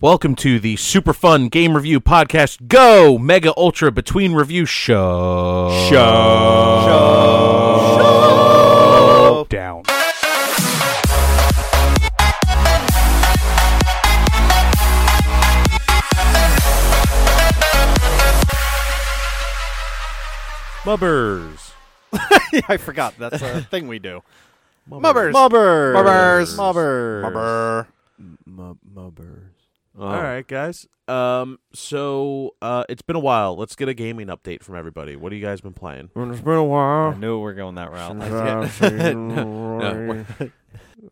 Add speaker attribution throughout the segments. Speaker 1: Welcome to the super fun game review podcast. Go mega ultra between review show.
Speaker 2: Show.
Speaker 3: down.
Speaker 1: Mubbers.
Speaker 3: I forgot. That's a thing we do.
Speaker 2: Mubbers.
Speaker 3: Mubbers.
Speaker 2: Mubbers.
Speaker 3: Mubbers.
Speaker 2: Mubbers.
Speaker 3: Mubber.
Speaker 2: Mubbers.
Speaker 4: All right, guys. Um, so uh, it's been a while. Let's get a gaming update from everybody. What have you guys been playing?
Speaker 2: It's been a
Speaker 3: I
Speaker 2: while.
Speaker 3: knew we were going that route.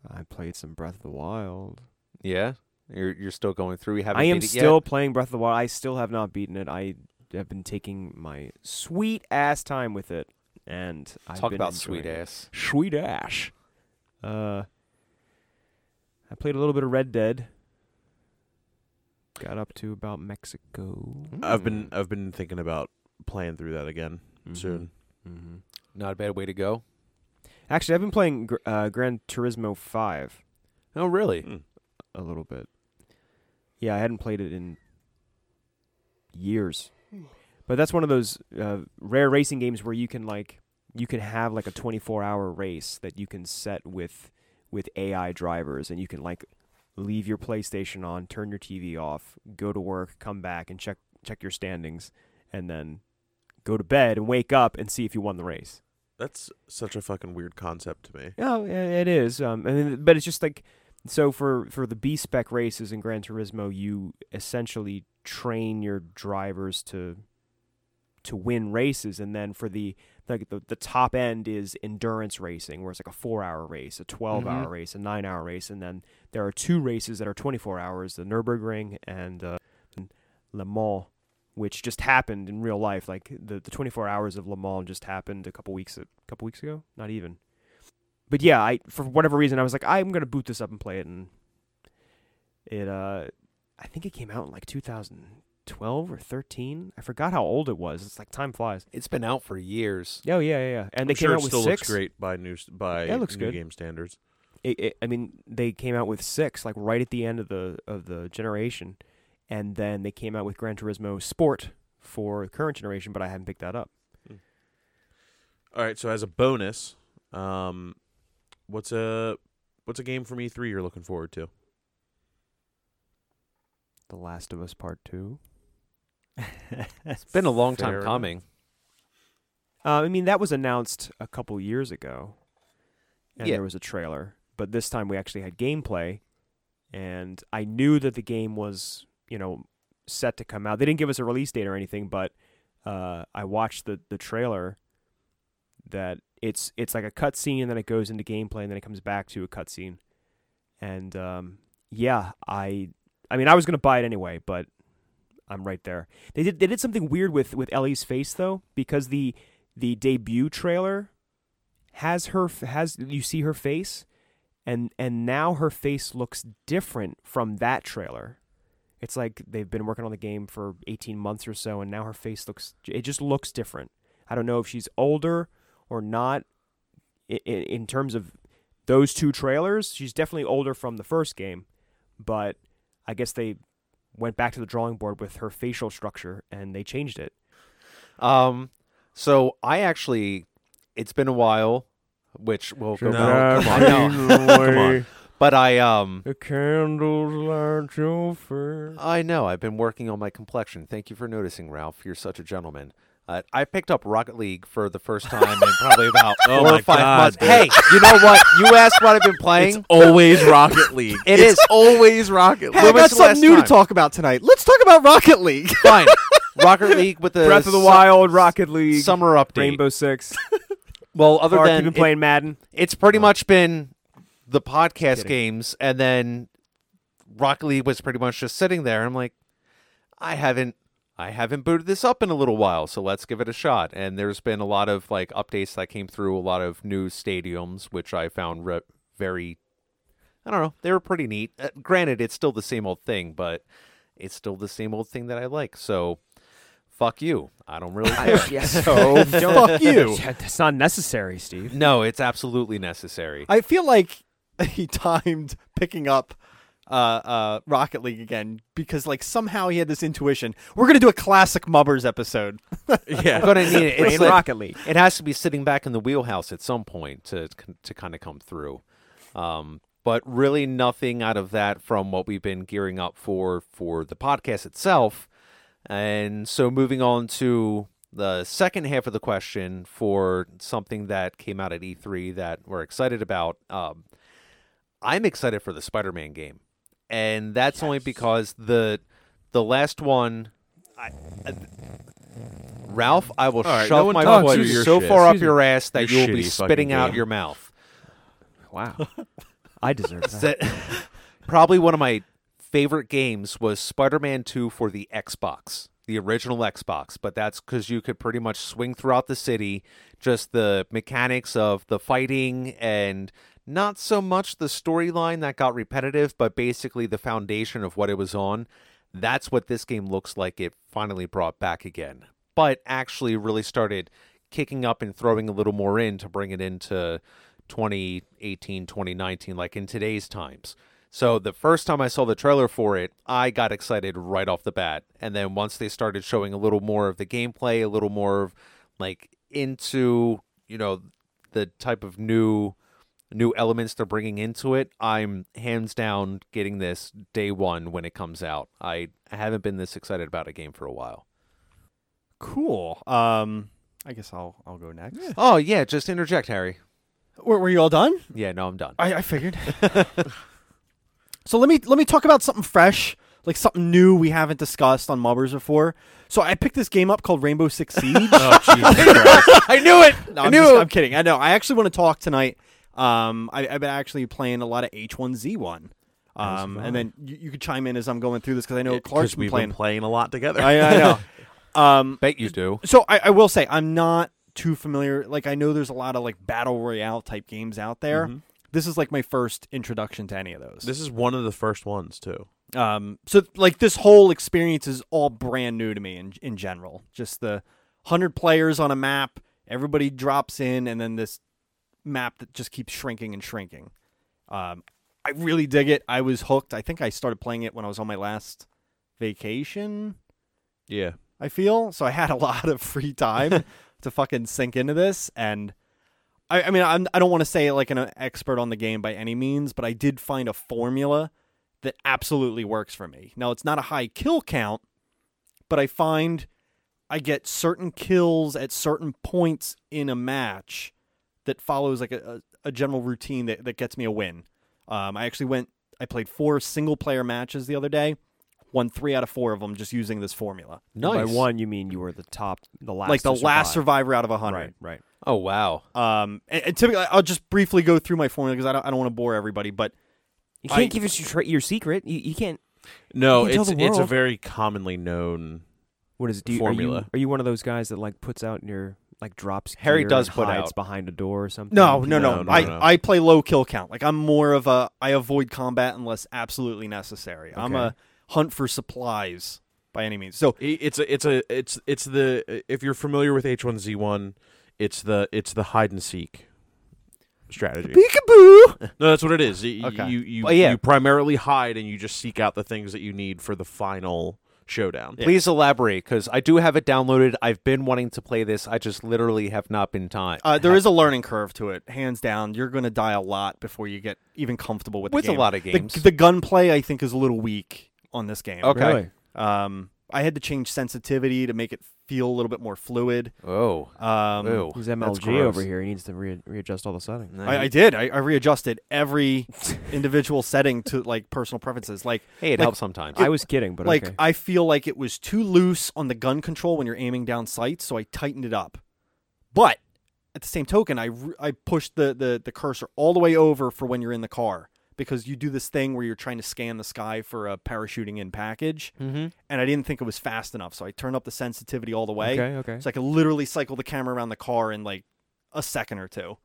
Speaker 2: I played some Breath of the Wild.
Speaker 4: Yeah, you're you're still going through. We haven't.
Speaker 2: I am
Speaker 4: beat it
Speaker 2: still playing Breath of the Wild. I still have not beaten it. I have been taking my sweet ass time with it, and
Speaker 4: yet.
Speaker 2: I've
Speaker 4: talk
Speaker 2: been
Speaker 4: about
Speaker 2: enjoying
Speaker 4: sweet
Speaker 2: it.
Speaker 4: ass.
Speaker 2: Sweet ass. Uh, I played a little bit of Red Dead. Got up to about Mexico.
Speaker 4: I've
Speaker 2: Hmm.
Speaker 4: been I've been thinking about playing through that again soon.
Speaker 2: Mm-hmm.
Speaker 5: Not a bad way to go.
Speaker 2: Actually, I've been playing Gr- uh, Gran Turismo 5
Speaker 5: Oh, really?
Speaker 4: Hmm.
Speaker 2: a little bit. Yeah, I hadn't played it in years. But that's one of those uh, rare racing games where you can like you can have like a 24-hour race that you can set with with AI drivers and you can like leave your PlayStation on, turn your TV off, go to work, come back and check check your standings and then go to bed and wake up and see if you won the race.
Speaker 4: That's such a fucking weird concept to me.
Speaker 2: Oh, i- it is. Um, I mean, but it's just like so for for the B spec races in Gran Turismo, you essentially train your drivers to to win races, and then for the like the, the top end is endurance racing, where it's like a four hour race, a twelve hour
Speaker 5: Mhm.
Speaker 2: race, a nine hour race, and then there are two races that are twenty four hours: the Nurburgring and uh, Le Mans. Which just happened in real life, like the, the 24 hours of Le Mans just happened a couple weeks a couple weeks ago, not even but yeah, I for whatever reason I was like, I'm gonna boot this up and play it, and it uh, I think it came out in like 2012 or 13. I forgot how old it was. It's like time flies.
Speaker 5: It's been out for years.
Speaker 2: Yeah, yeah, yeah, yeah. And
Speaker 4: I'm
Speaker 2: they
Speaker 4: sure
Speaker 2: came
Speaker 4: it
Speaker 2: out with
Speaker 4: still
Speaker 2: six.
Speaker 4: looks great by new s- by
Speaker 2: Yeah, it looks
Speaker 4: new
Speaker 2: good.
Speaker 4: game standards.
Speaker 2: It, it, I mean, they came out with six, like right at the end of the of the generation, and then they came out with Gran Turismo Sport for the current generation, but I haven't picked that up.
Speaker 4: All right, so as a bonus, um, what's a what's a game from E3 you're looking forward to?
Speaker 2: The Last of Us Part Two.
Speaker 5: It's been a long
Speaker 4: Fair
Speaker 5: time
Speaker 4: enough.
Speaker 5: coming.
Speaker 2: Uh, I mean, that was announced a couple years ago, and
Speaker 5: Yeah.
Speaker 2: there was a trailer. But this time we actually had gameplay, and I knew that the game was, you know, set to come out. They didn't give us a release date or anything, but uh, I watched the the trailer. That it's it's like a cutscene, and then it goes into gameplay, and then it comes back to a cutscene. And um, yeah, I I mean, I was gonna buy it anyway, but I'm right there. They did they did something weird with with Ellie's face though, because the the debut trailer has her f- has you see her face and and now her face looks different from that trailer it's like they've been working on the game for 18 months or so and now her face looks it just looks different i don't know if she's older or not in, in terms of those two trailers she's definitely older from the first game but i guess they went back to the drawing board with her facial structure and they changed it
Speaker 5: Um, so I actually, it's been a while, which will go.
Speaker 4: No,
Speaker 5: back- I know,
Speaker 4: Come on.
Speaker 5: but I um,
Speaker 2: the candles light your first
Speaker 5: I know. I've been working on my complexion. Thank you for noticing, Ralph. You're such a gentleman. Uh, I picked up Rocket League for the first time in probably about
Speaker 4: Oh
Speaker 5: four
Speaker 4: my
Speaker 5: or five
Speaker 4: God,
Speaker 5: months.
Speaker 4: dude.
Speaker 5: Hey, you know what? You asked what I've been playing.
Speaker 4: Always Rocket League.
Speaker 5: It
Speaker 4: it's
Speaker 5: is.
Speaker 4: always Rocket League.
Speaker 5: Hey, I got something new to
Speaker 3: talk about tonight. Let's talk about Rocket League.
Speaker 5: Fine. Rocket League with the
Speaker 2: Breath of the
Speaker 5: su-
Speaker 2: Wild, Rocket League,
Speaker 5: summer update.
Speaker 2: Rainbow Six.
Speaker 5: Well, other
Speaker 2: Clark,
Speaker 5: than
Speaker 2: you've been
Speaker 5: it-
Speaker 2: playing Madden.
Speaker 5: it's pretty much been the podcast
Speaker 2: Kidding.
Speaker 5: games and then Rocket League was pretty much just sitting there. I'm like, I haven't I haven't booted this up in a little while, so let's give it a shot. And there's been a lot of like updates that came through, a lot of new stadiums, which I found re- very I don't know, they were pretty neat. Uh, granted, it's still the same old thing, but it's still the same old thing that I like. So fuck you. I don't really care.
Speaker 2: so Oh, fuck you. That's not necessary, Steve.
Speaker 5: no, it's absolutely necessary.
Speaker 3: I feel like he timed picking up uh, uh, Rocket League again because like somehow he had this intuition. We're gonna do a classic Mubbers episode.
Speaker 5: I'm
Speaker 4: yeah.
Speaker 5: gonna need it.
Speaker 2: Playing
Speaker 5: It's like-
Speaker 2: Rocket League.
Speaker 5: it has to be sitting back in the wheelhouse at some point to to kind of come through. Um, but really, nothing out of that from what we've been gearing up for for the podcast itself. And so, moving on to the second half of the question for something that came out at E3 that we're excited about. Um, I'm excited for the Spider-Man game, and that's only because the the last one. I, I- Ralph, I will
Speaker 4: right,
Speaker 5: shove
Speaker 4: no one
Speaker 5: my
Speaker 4: talks
Speaker 5: foot
Speaker 4: through your
Speaker 5: so
Speaker 4: shit.
Speaker 5: far up
Speaker 4: Excuse
Speaker 5: your ass that
Speaker 4: Your
Speaker 5: you will be
Speaker 4: shitty fucking
Speaker 5: spitting out
Speaker 4: game.
Speaker 5: your mouth.
Speaker 2: Wow. I deserve that.
Speaker 5: That- probably one of my favorite games was Spider-Man 2 for the Xbox, the original Xbox, but that's cuz you could pretty much swing throughout the city, just the mechanics of the fighting and not so much the storyline that got repetitive, but basically the foundation of what it was on. That's what this game looks like it finally brought back again. But actually really started kicking up and throwing a little more in to bring it into 2018, 2019 like in today's times. So the first time I saw the trailer for it, I got excited right off the bat. And then once they started showing a little more of the gameplay, a little more of like into, you know, the type of new new elements they're bringing into it, I'm hands down getting this day 1 when it comes out. I haven't been this excited about a game for a while.
Speaker 3: Cool. Um, I guess I'll I'll go next.
Speaker 5: Oh, yeah, just interject, Harry.
Speaker 3: Were, were you all done?
Speaker 5: Yeah, no, I'm done.
Speaker 3: I, I figured. so let me let me talk about something fresh, like something new we haven't discussed on Mubbers before. So I picked this game up called Rainbow Six Siege.
Speaker 4: oh, Jesus Christ.
Speaker 3: I knew it. No,
Speaker 5: I
Speaker 3: I'm,
Speaker 5: knew
Speaker 3: just-
Speaker 5: it.
Speaker 3: I'm kidding. I know. I actually want to talk tonight. Um, I, I've been actually playing a lot of H1Z1. Um, and then you, you could chime in as I'm going through this because I know Clark's
Speaker 4: 'Cause
Speaker 3: been
Speaker 4: we've
Speaker 3: playing.
Speaker 4: been playing a lot together.
Speaker 3: I, uh, I know. um,
Speaker 5: Bet you do.
Speaker 3: so I, I will say I'm not too familiar. Like I know there's a lot of like battle royale type games out there.
Speaker 4: Mm-hmm.
Speaker 3: This is like my first introduction to any of those.
Speaker 4: This is one of the first ones too.
Speaker 3: um so like this whole experience is all brand new to me in in general just the 100 players on a map everybody drops in and then this map that just keeps shrinking and shrinking um i really dig it i was hooked i think i started playing it when i was on my last vacation
Speaker 4: Yeah.
Speaker 3: I feel. So I had a lot of free time to fucking sink into this. And I, I mean, I'm, I don't want to say like an expert on the game by any means, but I did find a formula that absolutely works for me. Now, it's not a high kill count, but I find I get certain kills at certain points in a match that follows like a, a, a general routine that, that gets me a win. Um, I actually went, I played four single player matches the other day, won three out of four of them just using this formula
Speaker 5: Nice.
Speaker 2: By one, you mean you were the top, the last,
Speaker 3: like the
Speaker 2: to
Speaker 3: last
Speaker 2: survive.
Speaker 3: survivor out of a
Speaker 2: Right,
Speaker 3: hundred.
Speaker 2: right.
Speaker 5: Oh, wow.
Speaker 3: Um, and, and typically, I'll just briefly go through my formula because I don't, I don't want to bore everybody. But
Speaker 2: You
Speaker 3: I-
Speaker 2: can't give us your, tra- your secret. You, you can't.
Speaker 4: No,
Speaker 2: You can tell
Speaker 4: it's
Speaker 2: the
Speaker 4: it's a
Speaker 2: world.
Speaker 4: very commonly known.
Speaker 2: What is it? Do you, Are you,
Speaker 4: Formula.
Speaker 2: are you one of those guys that like puts out in your like drops?
Speaker 5: Harry
Speaker 2: gear
Speaker 5: does
Speaker 2: and
Speaker 5: put
Speaker 2: hides
Speaker 5: out.
Speaker 2: behind a door or something.
Speaker 3: no, no, no,
Speaker 4: No, no,
Speaker 3: I
Speaker 4: no.
Speaker 3: I play low kill count. Like I'm more of a I avoid combat unless absolutely necessary. I'm a
Speaker 2: Okay.
Speaker 3: hunt for supplies by any means. So
Speaker 4: i- It's a it's a it's it's the if you're familiar with H1Z1, it's the it's the hide and seek strategy.
Speaker 3: peekaboo.
Speaker 4: No, that's what it is. You
Speaker 3: Okay.
Speaker 4: you, you,
Speaker 5: Well, yeah.
Speaker 4: you primarily hide and you just seek out the things that you need for the final showdown.
Speaker 5: Please elaborate because I do have it downloaded. I've been wanting to play this. I just literally have not been time.
Speaker 3: Uh, there is a learning curve to it, hands down. You're going to die a lot before you get even comfortable with
Speaker 5: With a
Speaker 3: the game.
Speaker 5: lot of
Speaker 3: The-
Speaker 5: games.
Speaker 3: The, gunplay I think is a little weak on this game.
Speaker 5: okay.
Speaker 2: Really?
Speaker 3: Um, I had to change sensitivity to make it feel a little bit more fluid.
Speaker 5: Oh.
Speaker 3: Um,
Speaker 5: Ew.
Speaker 2: He's MLG
Speaker 4: gross.
Speaker 2: over here. He needs to re- readjust all the settings.
Speaker 3: I, I did. I, I readjusted every individual setting to like personal preferences. Like,
Speaker 5: hey, it
Speaker 3: like-
Speaker 5: helps sometimes.
Speaker 2: I was kidding, but
Speaker 3: like
Speaker 2: okay.
Speaker 3: I feel like it was too loose on the gun control when you're aiming down sights, so I tightened it up. But at the same token, I re- I pushed the, the the cursor all the way over for when you're in the car because you do this thing where you're trying to scan the sky for a parachuting in package,
Speaker 2: Mm-hmm.
Speaker 5: Mhm.
Speaker 3: and I didn't think it was fast enough, so I turned up the sensitivity all the way,
Speaker 2: okay, okay.
Speaker 3: so I could literally cycle the camera around the car in like a second or two.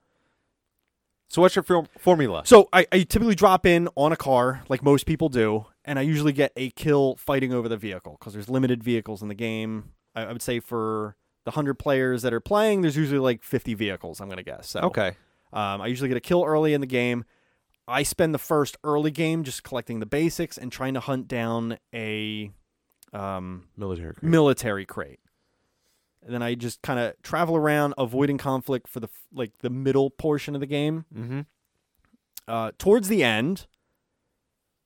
Speaker 5: So, what's your form- formula?
Speaker 3: So I, I typically drop in on a car, like most people do, and I usually get a kill fighting over the vehicle because there's limited vehicles in the game. I, I would say for the hundred players that are playing, there's usually like 50 vehicles. I'm gonna guess. So,
Speaker 5: Okay.
Speaker 3: Um, I usually get a kill early in the game. I spend the first early game just collecting the basics and trying to hunt down a um,
Speaker 4: Military. Career.
Speaker 3: military crate. And then I just kind of travel around, avoiding conflict for the f- like the middle portion of the game.
Speaker 5: Mm-hmm.
Speaker 3: Uh, towards the end,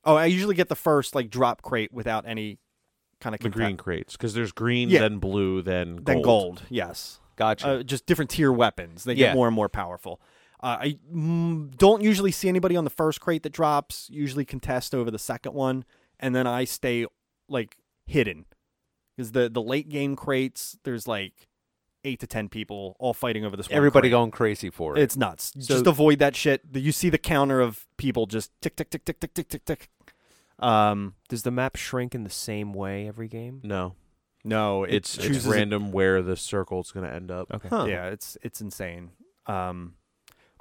Speaker 3: oh, I usually get the first like drop crate without any kind of
Speaker 4: the green crates because there's green,
Speaker 3: Yeah.
Speaker 4: then blue, then gold.
Speaker 3: Then gold, yes.
Speaker 5: Gotcha.
Speaker 3: uh, just different tier weapons. They
Speaker 5: Yeah.
Speaker 3: get more and more powerful. Uh, I mm, don't usually see anybody on the first crate that drops. Usually contest over the second one, and then I stay like hidden because the the late game crates there's like eight to ten people all fighting over this. one
Speaker 5: Everybody
Speaker 3: crate.
Speaker 5: going crazy for it.
Speaker 3: It's nuts. just avoid that shit. The- You see the counter of people just tick tick tick tick tick tick tick tick. Um,
Speaker 2: Does the map shrink in the same way every game?
Speaker 4: No,
Speaker 3: no, it
Speaker 4: it's it's
Speaker 3: chooses a
Speaker 4: random where the circle's gonna end up.
Speaker 2: Okay.
Speaker 5: Huh.
Speaker 3: Yeah, it's it's insane. Um,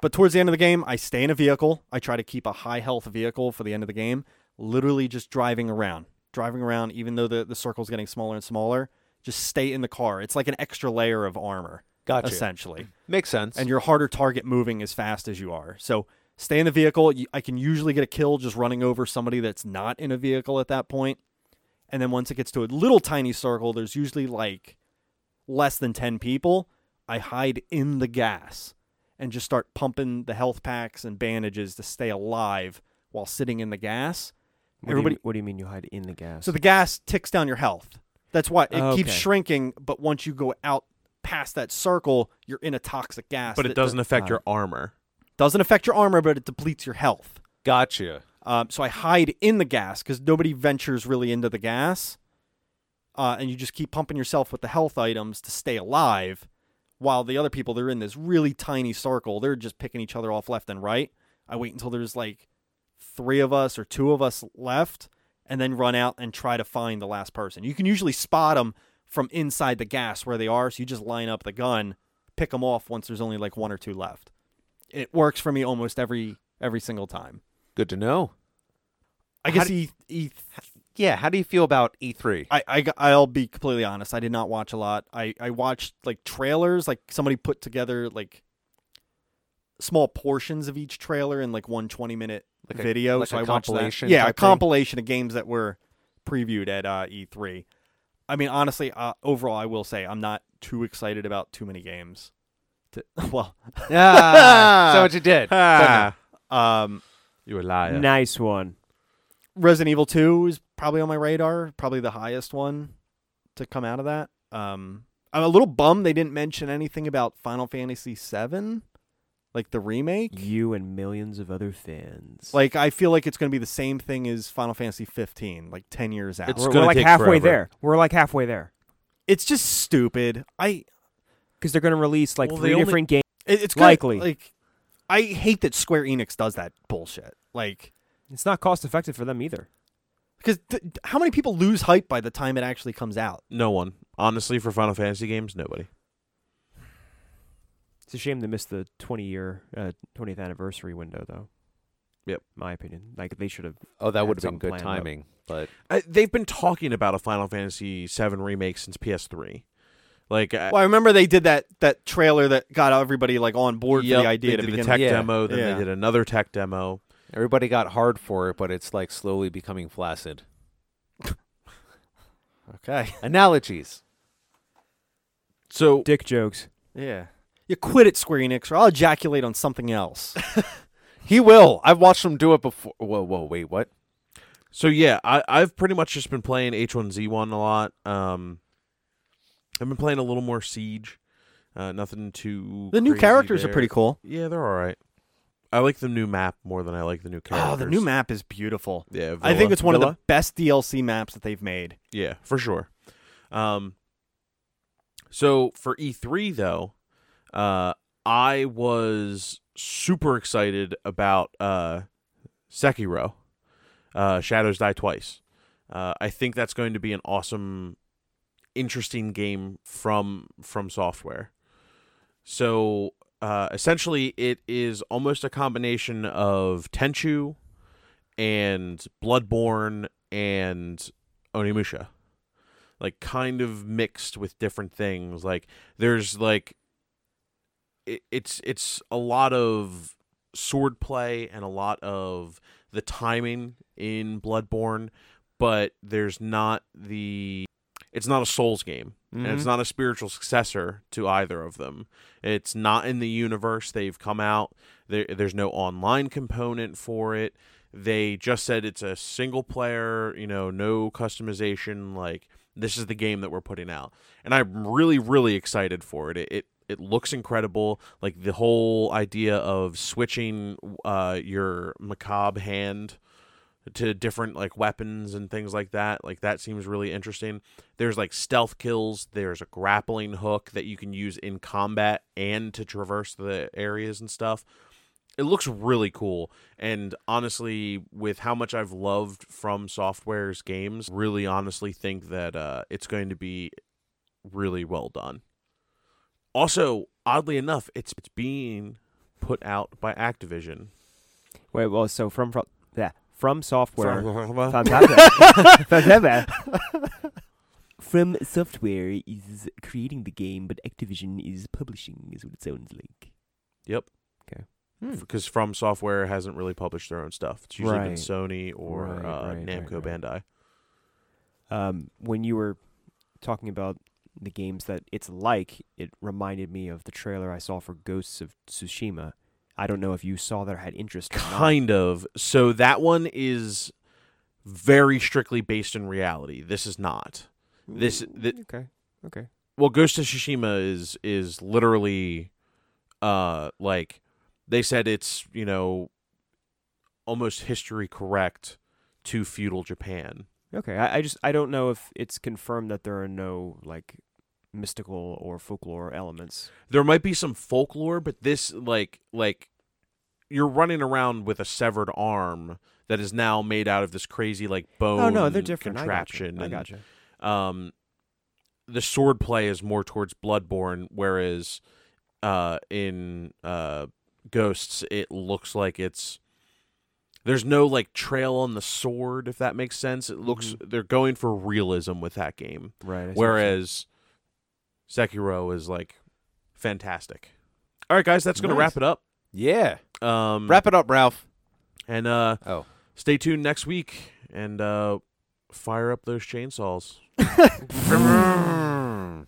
Speaker 3: but towards the end of the game, I stay in a vehicle. I try to keep a high health vehicle for the end of the game. Literally just driving around, driving around, even though the the circle's getting smaller and smaller. Just stay in the car. It's like an extra layer of armor,
Speaker 5: Gotcha.
Speaker 3: essentially,
Speaker 5: Makes sense.
Speaker 3: and you're a harder target moving as fast as you are. So stay in the vehicle. You- I can usually get a kill just running over somebody that's not in a vehicle at that point. And then once it gets to a little tiny circle, there's usually like less than 10 people, I hide in the gas and just start pumping the health packs and bandages to stay alive while sitting in the gas.
Speaker 2: What Do
Speaker 3: Everybody-
Speaker 2: you, what do you mean you hide in the gas?
Speaker 3: So the gas ticks down your health. That's why it keeps
Speaker 2: Okay.
Speaker 3: shrinking, but once you go out past that circle, you're in a toxic gas.
Speaker 4: But
Speaker 3: that
Speaker 4: it doesn't affect
Speaker 2: uh,
Speaker 4: your armor.
Speaker 3: doesn't affect your armor, but it depletes your health.
Speaker 5: gotcha.
Speaker 3: Um, so I hide in the gas because nobody ventures really into the gas. Uh, and you just keep pumping yourself with the health items to stay alive while the other people, they're in this really tiny circle. They're just picking each other off left and right. I wait until there's like three of us or two of us left and then run out and try to find the last person. You can usually spot them from inside the gas where they are. So you just line up the gun, pick them off once there's only like one or two left. It works for me almost every every single time.
Speaker 5: Good to know.
Speaker 3: I
Speaker 5: How
Speaker 3: guess
Speaker 5: do-
Speaker 3: E E
Speaker 5: Yeah. How do you feel about E E3?
Speaker 3: I, I, I'll be completely honest. I did not watch a lot. I, I watched like trailers, like somebody put together like small portions of each trailer in like one 20 minute
Speaker 5: Like a-
Speaker 3: video.
Speaker 5: like
Speaker 3: so
Speaker 5: a
Speaker 3: I watched that.
Speaker 5: compilation
Speaker 3: Yeah, a
Speaker 5: type thing?
Speaker 3: compilation of games that were previewed at uh, E3. I mean, honestly, uh, overall, I will say I'm not too excited about too many games. To, well,
Speaker 5: ah, so what you did.
Speaker 4: Ah,
Speaker 3: um,
Speaker 4: you a liar.
Speaker 2: nice one.
Speaker 3: Resident Evil 2 is probably on my radar, probably the highest one to come out of that. Um, I'm a little bummed they didn't mention anything about Final Fantasy 7, like the remake.
Speaker 2: You and millions of other fans.
Speaker 3: Like I feel like it's going to be the same thing as Final Fantasy 15, like 10 years out.
Speaker 4: It's
Speaker 2: we're, we're
Speaker 4: gonna
Speaker 2: like
Speaker 4: take forever.
Speaker 2: halfway there. We're like halfway there
Speaker 3: It's just stupid. I
Speaker 2: because they're going to release like
Speaker 4: Well, they
Speaker 2: three
Speaker 4: only-
Speaker 2: different games.
Speaker 3: it- it's kinda-
Speaker 2: Likely.
Speaker 3: like I hate that Square Enix does that bullshit. Like
Speaker 2: It's not cost effective for them either.
Speaker 3: because th- how many people lose hype by the time it actually comes out?
Speaker 4: No one, honestly, for Final Fantasy games, nobody.
Speaker 2: It's a shame they missed the 20 year, uh, 20th anniversary window though.
Speaker 4: Yep.
Speaker 2: my opinion. Like they should have.
Speaker 5: Oh, that
Speaker 2: Had
Speaker 5: would have been
Speaker 2: something
Speaker 5: good
Speaker 2: planned up.
Speaker 5: timing. But
Speaker 3: Uh,
Speaker 4: I, they've been talking about a Final Fantasy VII remake since PS3. Like, I-
Speaker 3: Well, I remember they did that that trailer that got everybody like on board
Speaker 4: yep,
Speaker 3: for the idea
Speaker 4: they
Speaker 3: to
Speaker 4: did
Speaker 3: begin
Speaker 4: the
Speaker 3: with.
Speaker 4: tech
Speaker 5: Yeah.
Speaker 4: demo, then
Speaker 3: Yeah.
Speaker 4: they did another tech demo.
Speaker 5: everybody got hard for it, but it's like slowly becoming flaccid.
Speaker 3: Okay.
Speaker 5: Analogies.
Speaker 4: So
Speaker 2: Dick jokes.
Speaker 3: Yeah. You quit it, Square Enix, or I'll ejaculate on something else.
Speaker 5: He will. I've watched him do it before. Whoa, whoa, wait, what?
Speaker 4: So yeah, I, I've pretty much just been playing H1Z1 a lot. Um, I've been playing a little more Siege. Uh, nothing too.
Speaker 3: the new
Speaker 4: crazy
Speaker 3: characters are
Speaker 4: there.
Speaker 3: pretty cool.
Speaker 4: Yeah, they're all right. I like the new map more than I like the new characters.
Speaker 3: Oh, the new map is beautiful.
Speaker 4: Yeah,
Speaker 3: I think
Speaker 4: Villa-
Speaker 3: it's one of
Speaker 4: Villa?
Speaker 3: the best DLC maps that they've made.
Speaker 4: Yeah, for sure. Um, so for E3 though, uh, I was super excited about uh, Sekiro, uh, Shadows Die Twice. Uh, I think that's going to be an awesome, interesting game from from software. So uh, essentially, it is almost a combination of Tenchu and Bloodborne and Onimusha. Like kind of mixed with different things. Like there's like it, it's it's a lot of sword play and a lot of the timing in Bloodborne, but there's not the it's not a Souls game. And
Speaker 2: Mm-hmm.
Speaker 4: it's not a spiritual successor to either of them. It's not in the universe they've come out. There, there's no online component for it. They just said it's a single player, you know, no customization. Like this is the game that we're putting out, and I'm really, really excited for it. It it, it looks incredible. Like the whole idea of switching uh, your macabre hand to different like weapons and things like that. Like that seems really interesting. There's like stealth kills, there's a grappling hook that you can use in combat and to traverse the areas and stuff. It looks really cool and honestly with how much I've loved from Software's games, really honestly think that uh it's going to be really well done. Also, oddly enough, it's it's being put out by Activision.
Speaker 2: Wait, well, so from from, yeah, from software.
Speaker 4: From-
Speaker 2: Fantastic. Fantastic. From Software is creating the game, but Activision is publishing, is what it sounds like.
Speaker 4: because From Software hasn't really published their own stuff. It's usually been
Speaker 2: Hmm. Right.
Speaker 4: Sony or
Speaker 2: Right,
Speaker 4: uh,
Speaker 2: right,
Speaker 4: Namco
Speaker 2: right, right.
Speaker 4: Bandai.
Speaker 2: Um, when you were talking about the games that it's like, it reminded me of the trailer I saw for Ghosts of Tsushima. I don't know if you saw that or had interest. or not.
Speaker 4: Kind of. So that one is very strictly based in reality. This is not. This th-
Speaker 2: Okay. Okay.
Speaker 4: well, Ghost of Tsushima is is literally, uh, like they said it's you know almost history correct to feudal Japan.
Speaker 2: Okay. I, I just I don't know if it's confirmed that there are no like mystical or folklore elements.
Speaker 4: there might be some folklore but this like like you're running around with a severed arm that is now made out of this crazy like bone
Speaker 2: oh no, they're different.
Speaker 4: contraption
Speaker 2: I
Speaker 4: and,
Speaker 2: gotcha. I gotcha.
Speaker 4: um the sword play is more towards bloodborne whereas uh in uh ghosts it looks like it's there's no like trail on the sword if that makes sense it looks
Speaker 2: Mm-hmm.
Speaker 4: they're going for realism with that game
Speaker 2: Right. I see what you're saying.
Speaker 4: Whereas Sekiro is like fantastic. All right, guys, that's going to wrap it up.
Speaker 5: Yeah.
Speaker 4: Um,
Speaker 5: Wrap it up, Ralph.
Speaker 4: and uh,
Speaker 5: Oh.
Speaker 4: stay tuned next week and uh, fire up those chainsaws.
Speaker 5: Vroom.